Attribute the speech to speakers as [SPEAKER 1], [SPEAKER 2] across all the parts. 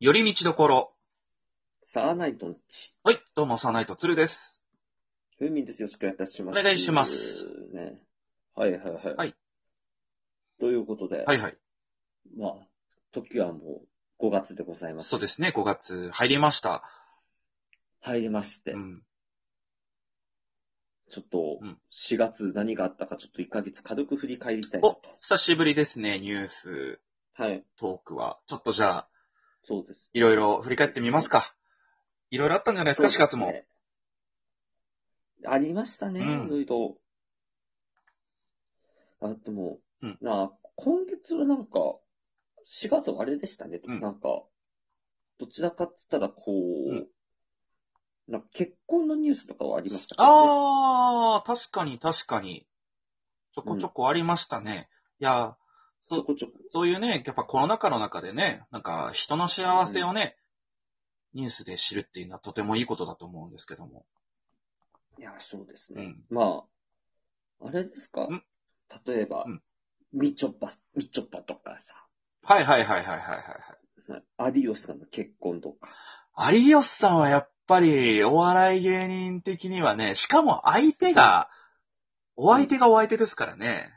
[SPEAKER 1] 寄り道どころ。
[SPEAKER 2] サーナイトンチ。
[SPEAKER 1] はい、どうも、サーナイトつるです。
[SPEAKER 2] ふみです。よろしくお願いいたします。
[SPEAKER 1] お願いします。
[SPEAKER 2] ね。はいはいはい。
[SPEAKER 1] はい。
[SPEAKER 2] ということで、
[SPEAKER 1] はいはい。
[SPEAKER 2] まあ、時はもう5月でございます。
[SPEAKER 1] そうですね、5月入りました。
[SPEAKER 2] 入りまして、
[SPEAKER 1] うん。
[SPEAKER 2] ちょっと
[SPEAKER 1] うん
[SPEAKER 2] 4月何があったかちょっと1ヶ月軽く振り返りたいなと。
[SPEAKER 1] 久しぶりですね、ニュース、
[SPEAKER 2] はい。
[SPEAKER 1] トークは。ちょっとじゃあ、
[SPEAKER 2] そうです。
[SPEAKER 1] いろいろ振り返ってみますか。いろいろあったんじゃないですか、4月
[SPEAKER 2] そう
[SPEAKER 1] も
[SPEAKER 2] で。すね。ありましたね、
[SPEAKER 1] うん
[SPEAKER 2] いろいろ。あ、でも、
[SPEAKER 1] うん
[SPEAKER 2] なあ、今月はなんか、4月はあれでしたね、
[SPEAKER 1] うん
[SPEAKER 2] なんか、どちらかって言ったら、こう、
[SPEAKER 1] うん
[SPEAKER 2] なんか結婚のニュースとかはありましたか、ね、
[SPEAKER 1] あー、確かに確かに。ちょこちょこありましたね。いや、
[SPEAKER 2] ち
[SPEAKER 1] そ
[SPEAKER 2] ょ
[SPEAKER 1] う、
[SPEAKER 2] こちょこ。
[SPEAKER 1] そういうね、やっぱコロナ禍の中でね、なんか人の幸せをね、ニュースで知るっていうのはとてもいいことだと思うんですけども。
[SPEAKER 2] いや、そうです
[SPEAKER 1] う
[SPEAKER 2] ね。
[SPEAKER 1] ん。
[SPEAKER 2] まあ、あれですか
[SPEAKER 1] うん
[SPEAKER 2] 例えば、
[SPEAKER 1] うん
[SPEAKER 2] みちょぱ、みちょぱとか
[SPEAKER 1] はいはいはいはいはいはい。
[SPEAKER 2] さ、有吉さんの結婚とか。
[SPEAKER 1] 有吉さんはやっぱりお笑い芸人的にはね、しかも相手が、お相手がお相手ですからね。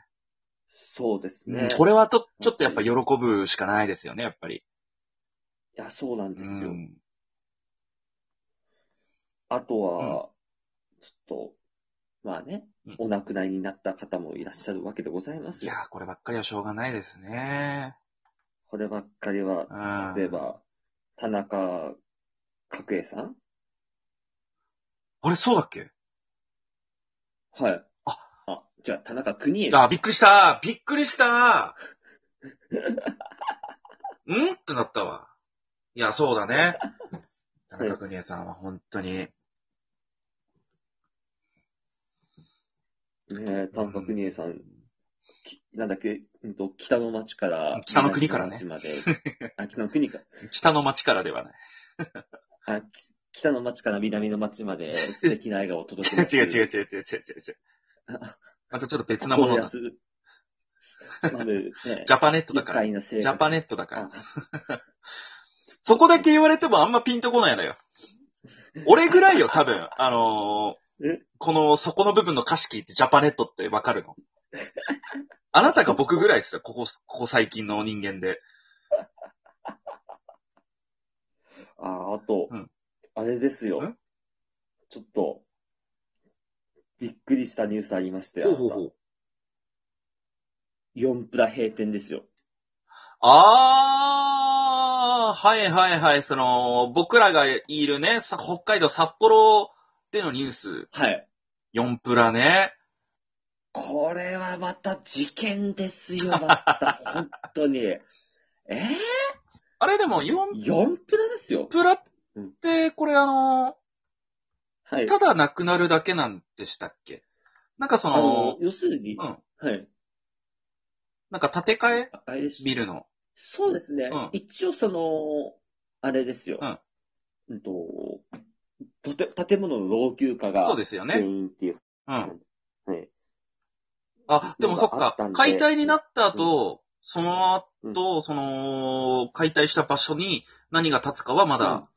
[SPEAKER 2] そうです
[SPEAKER 1] うん
[SPEAKER 2] ね。
[SPEAKER 1] これはと、ちょっとやっぱ喜ぶしかないですよね、やっぱり。
[SPEAKER 2] いや、そうなん
[SPEAKER 1] う
[SPEAKER 2] ですよ。
[SPEAKER 1] ん。
[SPEAKER 2] あとは、ちょっと、まあね
[SPEAKER 1] うん、
[SPEAKER 2] お亡くなりになった方もいらっしゃるわけでございます
[SPEAKER 1] い
[SPEAKER 2] よ
[SPEAKER 1] や。ー、こればっかりはしょうがないですね。
[SPEAKER 2] こればっかりは
[SPEAKER 1] う、ん。
[SPEAKER 2] 例え。ば、田中角栄さん
[SPEAKER 1] あれ、そうだっけ
[SPEAKER 2] はい。
[SPEAKER 1] あ
[SPEAKER 2] あ、じゃあ、田中邦衛さん。
[SPEAKER 1] あ、びっくりしたびっくりした んってなったわ。いや、そうだね。田中邦衛さんは本当に、
[SPEAKER 2] ねえ田中邦衛さん、きなんだっけ、うんと、北の町から、
[SPEAKER 1] 北の国からね
[SPEAKER 2] 南の町まで。 あ、北の国か。
[SPEAKER 1] 北の町からではない。
[SPEAKER 2] あ、き北の町から南の町まで素敵な笑顔を
[SPEAKER 1] 違う違う違う違う違う違う
[SPEAKER 2] 届けます。
[SPEAKER 1] 違う違う。またちょっと別なものだ。ジ
[SPEAKER 2] 心安まる、ね、
[SPEAKER 1] ャパネットだから。
[SPEAKER 2] 愉
[SPEAKER 1] ジ
[SPEAKER 2] 快な生活
[SPEAKER 1] ャパネットだから。
[SPEAKER 2] あ
[SPEAKER 1] そこだけ言われてもあんまピンとこないのよ。俺ぐらいよ、多分。あのー
[SPEAKER 2] え
[SPEAKER 1] この、そこの部分の歌詞聞いてジャパネットってわかるの。あなたが僕ぐらいですよ、ここ、ここ最近の人間で。
[SPEAKER 2] あ、あと、
[SPEAKER 1] うん
[SPEAKER 2] あれですよ
[SPEAKER 1] ん。
[SPEAKER 2] ちょっと、びっくりしたニュースありまして、
[SPEAKER 1] う。
[SPEAKER 2] 4プラ閉店ですよ。
[SPEAKER 1] あー、はいはいはい、その、僕らがいるね、さ北海道札幌でのニュース、
[SPEAKER 2] はい。
[SPEAKER 1] 4プラね。
[SPEAKER 2] これはまた事件ですよ、また。 本当に。え
[SPEAKER 1] あれでも4
[SPEAKER 2] ー、4プラですよ。
[SPEAKER 1] プラって、これあの、
[SPEAKER 2] はい。
[SPEAKER 1] ただなくなるだけなんでしたっけなんかそ
[SPEAKER 2] あの
[SPEAKER 1] の、、
[SPEAKER 2] 要するに、
[SPEAKER 1] うん。
[SPEAKER 2] はい。
[SPEAKER 1] なんか建て替え
[SPEAKER 2] ああれです
[SPEAKER 1] ビルの。
[SPEAKER 2] そうですね。
[SPEAKER 1] うん
[SPEAKER 2] 一応その、あれですよ。
[SPEAKER 1] うん
[SPEAKER 2] うんと、とて建物の老朽化が
[SPEAKER 1] そうですよ
[SPEAKER 2] 原
[SPEAKER 1] ね。
[SPEAKER 2] 因っていう。
[SPEAKER 1] うん。
[SPEAKER 2] はい。
[SPEAKER 1] あ、でもそっ
[SPEAKER 2] なんかあ
[SPEAKER 1] か
[SPEAKER 2] ったん。で
[SPEAKER 1] 解体になった後、その後、その、解体した場所に何が建つかはまだ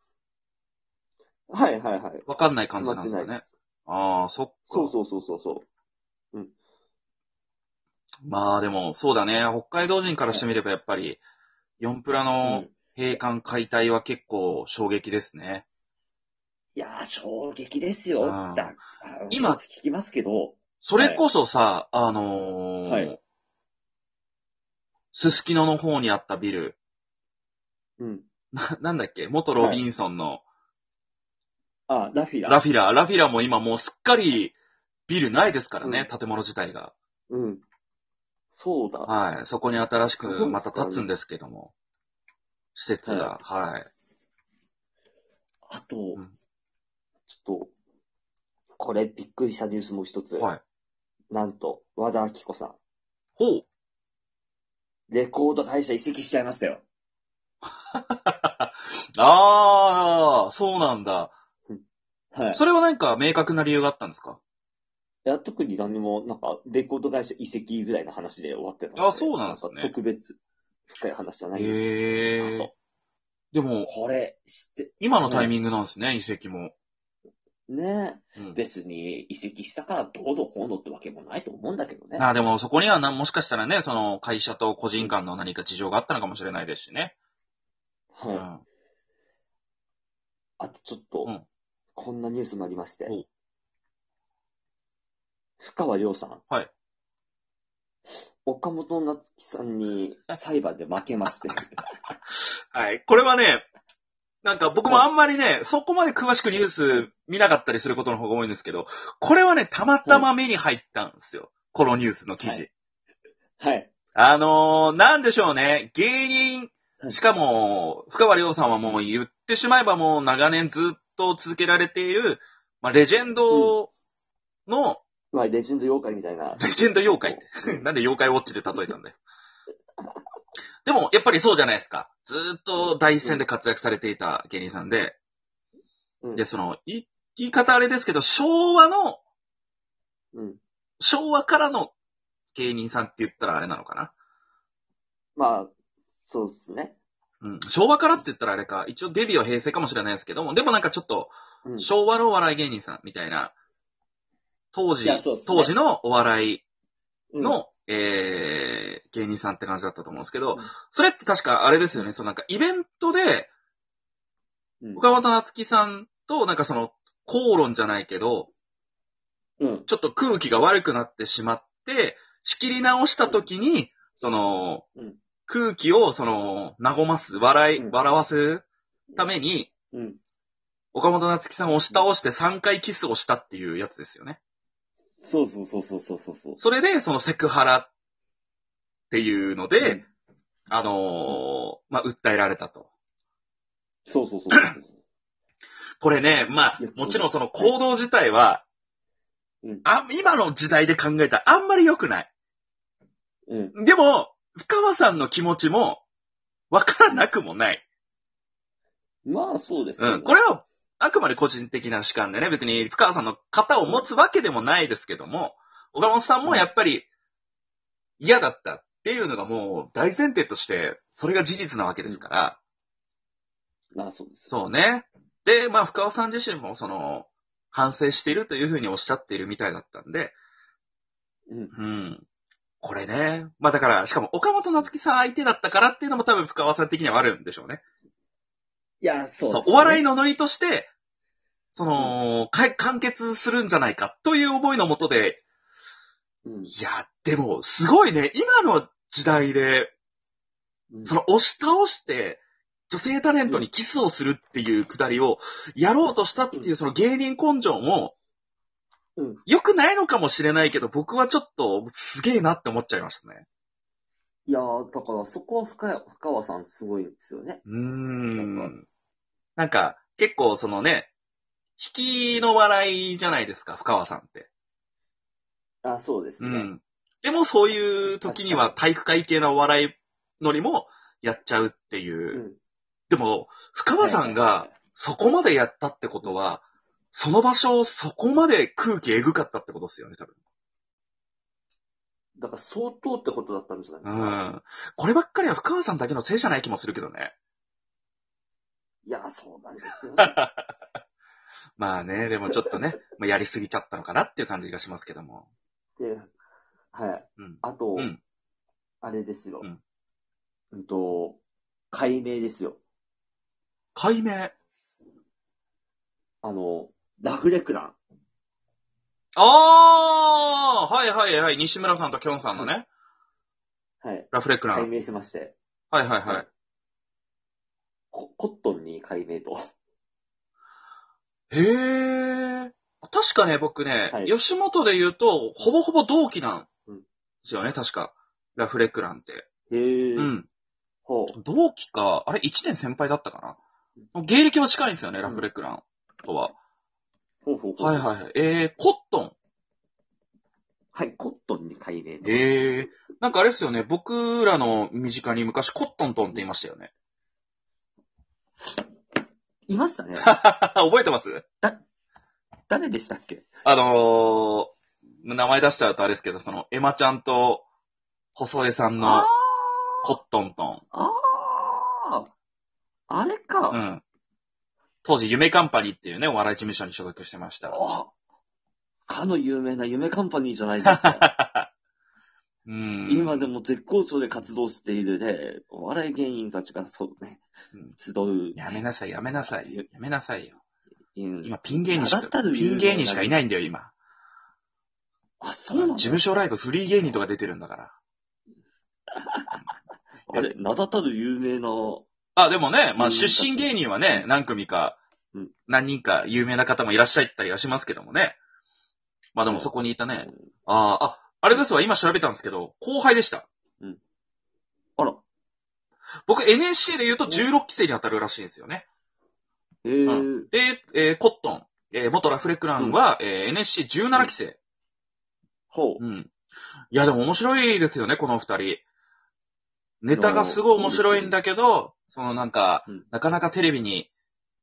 [SPEAKER 2] はいはいはい。
[SPEAKER 1] わかんない感じなんですか
[SPEAKER 2] 決まっ
[SPEAKER 1] ね
[SPEAKER 2] てないで。す
[SPEAKER 1] ああ、そっか。
[SPEAKER 2] そうそうそうそうそう。
[SPEAKER 1] まあでも、そうだね。北海道人からしてみればやっぱり、4プラの
[SPEAKER 2] うん
[SPEAKER 1] 閉館解体は結構衝撃ですね。
[SPEAKER 2] いやー、衝撃です
[SPEAKER 1] う
[SPEAKER 2] よ。
[SPEAKER 1] ん
[SPEAKER 2] だあの
[SPEAKER 1] 今
[SPEAKER 2] 聞きますけど、
[SPEAKER 1] それこそさ、あのー
[SPEAKER 2] はい
[SPEAKER 1] すすきのの方にあったビル、
[SPEAKER 2] うん。
[SPEAKER 1] な、なんだっけ元ロビンソンの、
[SPEAKER 2] あ、ラフィラ。
[SPEAKER 1] ラフィラ、ラフィラも今もうすっかりビルないですからね、建物自体が。
[SPEAKER 2] うん。そうだ。
[SPEAKER 1] はい。そこに新し
[SPEAKER 2] そうです
[SPEAKER 1] く
[SPEAKER 2] かね
[SPEAKER 1] また建つんですけども、施設が、はい。
[SPEAKER 2] あと、
[SPEAKER 1] ん
[SPEAKER 2] ちょっと、これびっくりしたニュースもう一つ。
[SPEAKER 1] はい。
[SPEAKER 2] なんと、和田明子さん、
[SPEAKER 1] ほう。
[SPEAKER 2] レコード会社移籍しちゃいましたよ。
[SPEAKER 1] ああ、そうなんだ。
[SPEAKER 2] はい。
[SPEAKER 1] それはなんか明確な理由があったんですか
[SPEAKER 2] いや、特に何も、なんか、レコード会社移籍ぐらいの話で終わってたので。
[SPEAKER 1] あそうなんですね
[SPEAKER 2] か特別深い話じゃないんですけど
[SPEAKER 1] へえ。でも、
[SPEAKER 2] これ、知って、
[SPEAKER 1] 今のタイミングなんですね、移籍も。
[SPEAKER 2] ね
[SPEAKER 1] うん
[SPEAKER 2] 別に移籍したからどうのこうのってわけもないと思うんだけどね。
[SPEAKER 1] ああ、でもそこにはな、もしかしたらね、その会社と個人間の何か事情があったのかもしれないですしね。う
[SPEAKER 2] はい。
[SPEAKER 1] ん。
[SPEAKER 2] あとちょっと、
[SPEAKER 1] うん
[SPEAKER 2] こんなニュースもありまして
[SPEAKER 1] お。
[SPEAKER 2] 深川亮さん。
[SPEAKER 1] はい。
[SPEAKER 2] 岡本夏樹さんに裁判で負けま して。
[SPEAKER 1] はい。これはね、なんか僕もあんまりね、そこまで詳しくニュース見なかったりすることの方が多いんですけど、これはね、たまたま目に入ったんですよ。このニュースの記事。
[SPEAKER 2] ははい。
[SPEAKER 1] あのー、なんでしょうね。芸人、
[SPEAKER 2] はい
[SPEAKER 1] しかも、深川亮さんはもう言ってしまえばもう長年ずっと続けられている、まあ、レジェンドの、
[SPEAKER 2] まあ、レジェンド妖怪みたいな。
[SPEAKER 1] レジェンド妖怪 なんで妖怪ウォッチで例えたんだよ。でも、やっぱりそうじゃないですか。ずーっと第一線で活躍されていた芸人さんで、
[SPEAKER 2] うん
[SPEAKER 1] で、その、い言い方あれですけど、昭和の、
[SPEAKER 2] うん。
[SPEAKER 1] 昭和からの芸人さんって言ったらあれなのかな。
[SPEAKER 2] まあ、そうっすね。
[SPEAKER 1] うん、昭和からって言ったらあれか、一応デビューは平成かもしれないですけども、でもなんかちょっと、
[SPEAKER 2] うん。
[SPEAKER 1] 昭和のお笑い芸人さんみたいな、当時、
[SPEAKER 2] いやそうっすね
[SPEAKER 1] 当時のお笑い
[SPEAKER 2] うん
[SPEAKER 1] の、えー、芸人さんって感じだったと思うんですけど、
[SPEAKER 2] うん
[SPEAKER 1] それって確かあれですよね、そのなんかイベントで、
[SPEAKER 2] うん
[SPEAKER 1] 岡本夏樹さんとなんかその、口論じゃないけど、
[SPEAKER 2] うん。
[SPEAKER 1] ちょっと空気が悪くなってしまって、仕切り直した時に、その、
[SPEAKER 2] うん
[SPEAKER 1] 空気をその、和ます、笑い、
[SPEAKER 2] うん
[SPEAKER 1] 笑わすために、
[SPEAKER 2] うん。
[SPEAKER 1] 岡本夏樹さんを押し倒して3回キスをしたっていうやつですよね。
[SPEAKER 2] そうそうそうそうそうそうそう。
[SPEAKER 1] それで、そのセクハラっていうので、
[SPEAKER 2] うん
[SPEAKER 1] あのーまあ、訴えられたと。
[SPEAKER 2] そうそうそうそうそう。
[SPEAKER 1] これね、まあ
[SPEAKER 2] いや、
[SPEAKER 1] もちろんその行動自体は、
[SPEAKER 2] うん
[SPEAKER 1] あ、今の時代で考えたらあんまり良くない。
[SPEAKER 2] うん。
[SPEAKER 1] でも、深川さんの気持ちも、わからなくもない。
[SPEAKER 2] まあ、そうですよね
[SPEAKER 1] うん。これは、あくまで個人的な主観でね、別に深川さんの型を持つわけでもないですけども、岡本さんもやっぱり、嫌だったっていうのがもう大前提として、それが事実なわけですから、
[SPEAKER 2] まあ、そうです。
[SPEAKER 1] そうね。で、まあ、深尾さん自身も、その、反省しているというふうにおっしゃっているみたいだったんで、
[SPEAKER 2] うん。
[SPEAKER 1] うん。これね。まあだから、しかも岡本夏樹さん相手だったからっていうのも多分深川さん的にはあるんでしょうね。
[SPEAKER 2] いや、そう
[SPEAKER 1] そう、お笑い
[SPEAKER 2] の。
[SPEAKER 1] のノリとして、その、か完結するんじゃないかという思いのもとで、
[SPEAKER 2] うん。
[SPEAKER 1] いや、でも、すごいね、今の時代で、
[SPEAKER 2] うん
[SPEAKER 1] その押し倒して、女性タレントにキスをするっていうくだりを、やろうとしたっていううその芸人根性も
[SPEAKER 2] うん、
[SPEAKER 1] 良くないのかもしれないけど、僕はちょっと、すげえなって思っちゃいましたね。
[SPEAKER 2] いやー、だからそこは深谷深川さんすごいんですよね。
[SPEAKER 1] うーん。
[SPEAKER 2] な
[SPEAKER 1] なんんか、結構そのね、引きの笑いじゃないですか、深川さんって。
[SPEAKER 2] あそうです
[SPEAKER 1] う
[SPEAKER 2] ね。
[SPEAKER 1] ん。でもそういう時には体育会系のお笑いのりもやっちゃうっていうう。
[SPEAKER 2] ん。
[SPEAKER 1] でも、深川さんが、そこまでやったってことは、その場所、そこまで空気えぐかったってことですよね、多分。
[SPEAKER 2] だから相当ってことだったんじゃないうですか。
[SPEAKER 1] ん。こればっかりは深川さんだけのせいじゃない気もするけどね。
[SPEAKER 2] いやー、そうなんですよ ね。
[SPEAKER 1] まあね、でもちょっとね、 まあやりすぎちゃったのかなっていう感じがしますけども。
[SPEAKER 2] で、はい。
[SPEAKER 1] うん。
[SPEAKER 2] あと、
[SPEAKER 1] うん。
[SPEAKER 2] あれですよ。
[SPEAKER 1] うん。
[SPEAKER 2] うんと、解明ですよ。
[SPEAKER 1] 解明。
[SPEAKER 2] あの、ラフレクラン。
[SPEAKER 1] あーはいはいはい。西村さんとキョンさんのね、
[SPEAKER 2] はい。
[SPEAKER 1] ラフレクラ
[SPEAKER 2] 解
[SPEAKER 1] ン。
[SPEAKER 2] 明しまして。
[SPEAKER 1] はいはいはい。
[SPEAKER 2] ココットンに解明と。
[SPEAKER 1] へー。確かね、僕ね、
[SPEAKER 2] はい
[SPEAKER 1] 吉本で言うと、ほぼほぼ同期なん
[SPEAKER 2] うん
[SPEAKER 1] ですよね、確か。ラフレクランって。
[SPEAKER 2] へえ。
[SPEAKER 1] うん。
[SPEAKER 2] ほ
[SPEAKER 1] 同期か、あれ、1年先輩だったかな芸歴は近いんですよね、
[SPEAKER 2] ん
[SPEAKER 1] ラフレクランとは。
[SPEAKER 2] う。ほうほうほう。
[SPEAKER 1] はいはいはい。えー、コットン。
[SPEAKER 2] はい、コットンに改名と。
[SPEAKER 1] えー、なんかあれですよね、僕らの身近に昔コットントンって言いましたよね。
[SPEAKER 2] いま したね。
[SPEAKER 1] 覚えてます
[SPEAKER 2] 誰でしたっけ
[SPEAKER 1] あのー、名前出しちゃうとあれですけど、その、エマちゃんと、細江さんの
[SPEAKER 2] あ
[SPEAKER 1] コットントン。
[SPEAKER 2] あああれか。
[SPEAKER 1] う
[SPEAKER 2] あ
[SPEAKER 1] ん。当時、夢カンパニーっていうね、お笑い事務所に所属してました。
[SPEAKER 2] かの有名な夢カンパニーじゃないですか。
[SPEAKER 1] うん。
[SPEAKER 2] 今でも絶好調で活動しているね、お笑い芸人たちがそうね
[SPEAKER 1] うん、
[SPEAKER 2] 集う。
[SPEAKER 1] やめなさい、やめなさい。やめなさいよ。
[SPEAKER 2] うん
[SPEAKER 1] 今、ピン芸人し
[SPEAKER 2] 名だ
[SPEAKER 1] か、
[SPEAKER 2] たる
[SPEAKER 1] ピン芸人しかいないんだよ、今。
[SPEAKER 2] あ、そうな
[SPEAKER 1] 事
[SPEAKER 2] の
[SPEAKER 1] 務所ライブ、フリー芸人とか出てるんだから。
[SPEAKER 2] あれ、名だたる有名な、
[SPEAKER 1] あ、でもね、まあ、
[SPEAKER 2] うん
[SPEAKER 1] 出身芸人はね、何組か
[SPEAKER 2] うん、
[SPEAKER 1] 何人か有名な方もいらっしゃったりはしますけどもね。まあでもそこにいたね。あーあ、あれですわ、今調べたんですけど、後輩でした。
[SPEAKER 2] あら、
[SPEAKER 1] 僕 NSC で言うと16期生に当たるらしいんですよね。
[SPEAKER 2] えー、
[SPEAKER 1] で、えーコットン、えー元ラフレクランは、えー NSC17 期生。
[SPEAKER 2] ほう。
[SPEAKER 1] うん。いや、でも面白いですよね、この二人。ネタがすごい面白いんだけど、そのなんか、
[SPEAKER 2] うん
[SPEAKER 1] なかなかテレビに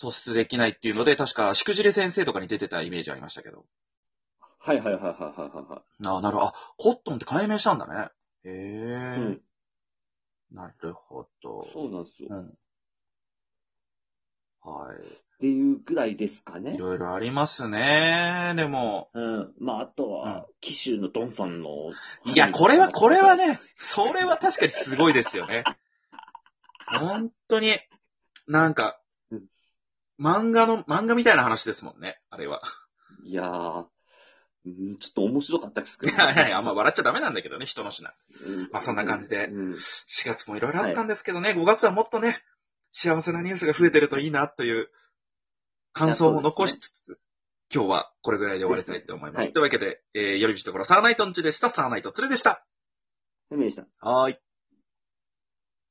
[SPEAKER 1] 突出できないっていうので、確か、しくじり先生とかに出てたイメージありましたけど。
[SPEAKER 2] はいはいはいはいはいはいは
[SPEAKER 1] なあ、なるほど。あ、コットンって改名したんだね。へえ、
[SPEAKER 2] い。うん。
[SPEAKER 1] なるほど。
[SPEAKER 2] そうなんですよ。
[SPEAKER 1] うん。は
[SPEAKER 2] っていうくらいですか
[SPEAKER 1] い。い
[SPEAKER 2] ね。
[SPEAKER 1] ろいろありますね。でも、
[SPEAKER 2] うん。まあ、あと
[SPEAKER 1] うん
[SPEAKER 2] は、紀州のドンさんの。
[SPEAKER 1] いや、これは、これは。ね、それは確かにすごいですよね。本当に、なんか
[SPEAKER 2] うん、
[SPEAKER 1] 漫画の、漫画みたいな話ですもんね、あれは。
[SPEAKER 2] いやー、うんちょっと面白かったですけ
[SPEAKER 1] い
[SPEAKER 2] ど、
[SPEAKER 1] やいやいや、あんま笑っちゃダメなんだけどね、人の品。
[SPEAKER 2] うん
[SPEAKER 1] まあそんな感じで
[SPEAKER 2] うん
[SPEAKER 1] 4月もいろいろあったんですけどね、5月はもっとね、幸せなニュースが増えてるといいなという感想を残しつつ、今日はこれぐらいで終わりたいと思います。
[SPEAKER 2] はい
[SPEAKER 1] というわけで、えー、夜道ところサーナイトンチでした、サーナイトツレでした。
[SPEAKER 2] でもいいでした。
[SPEAKER 1] はーい。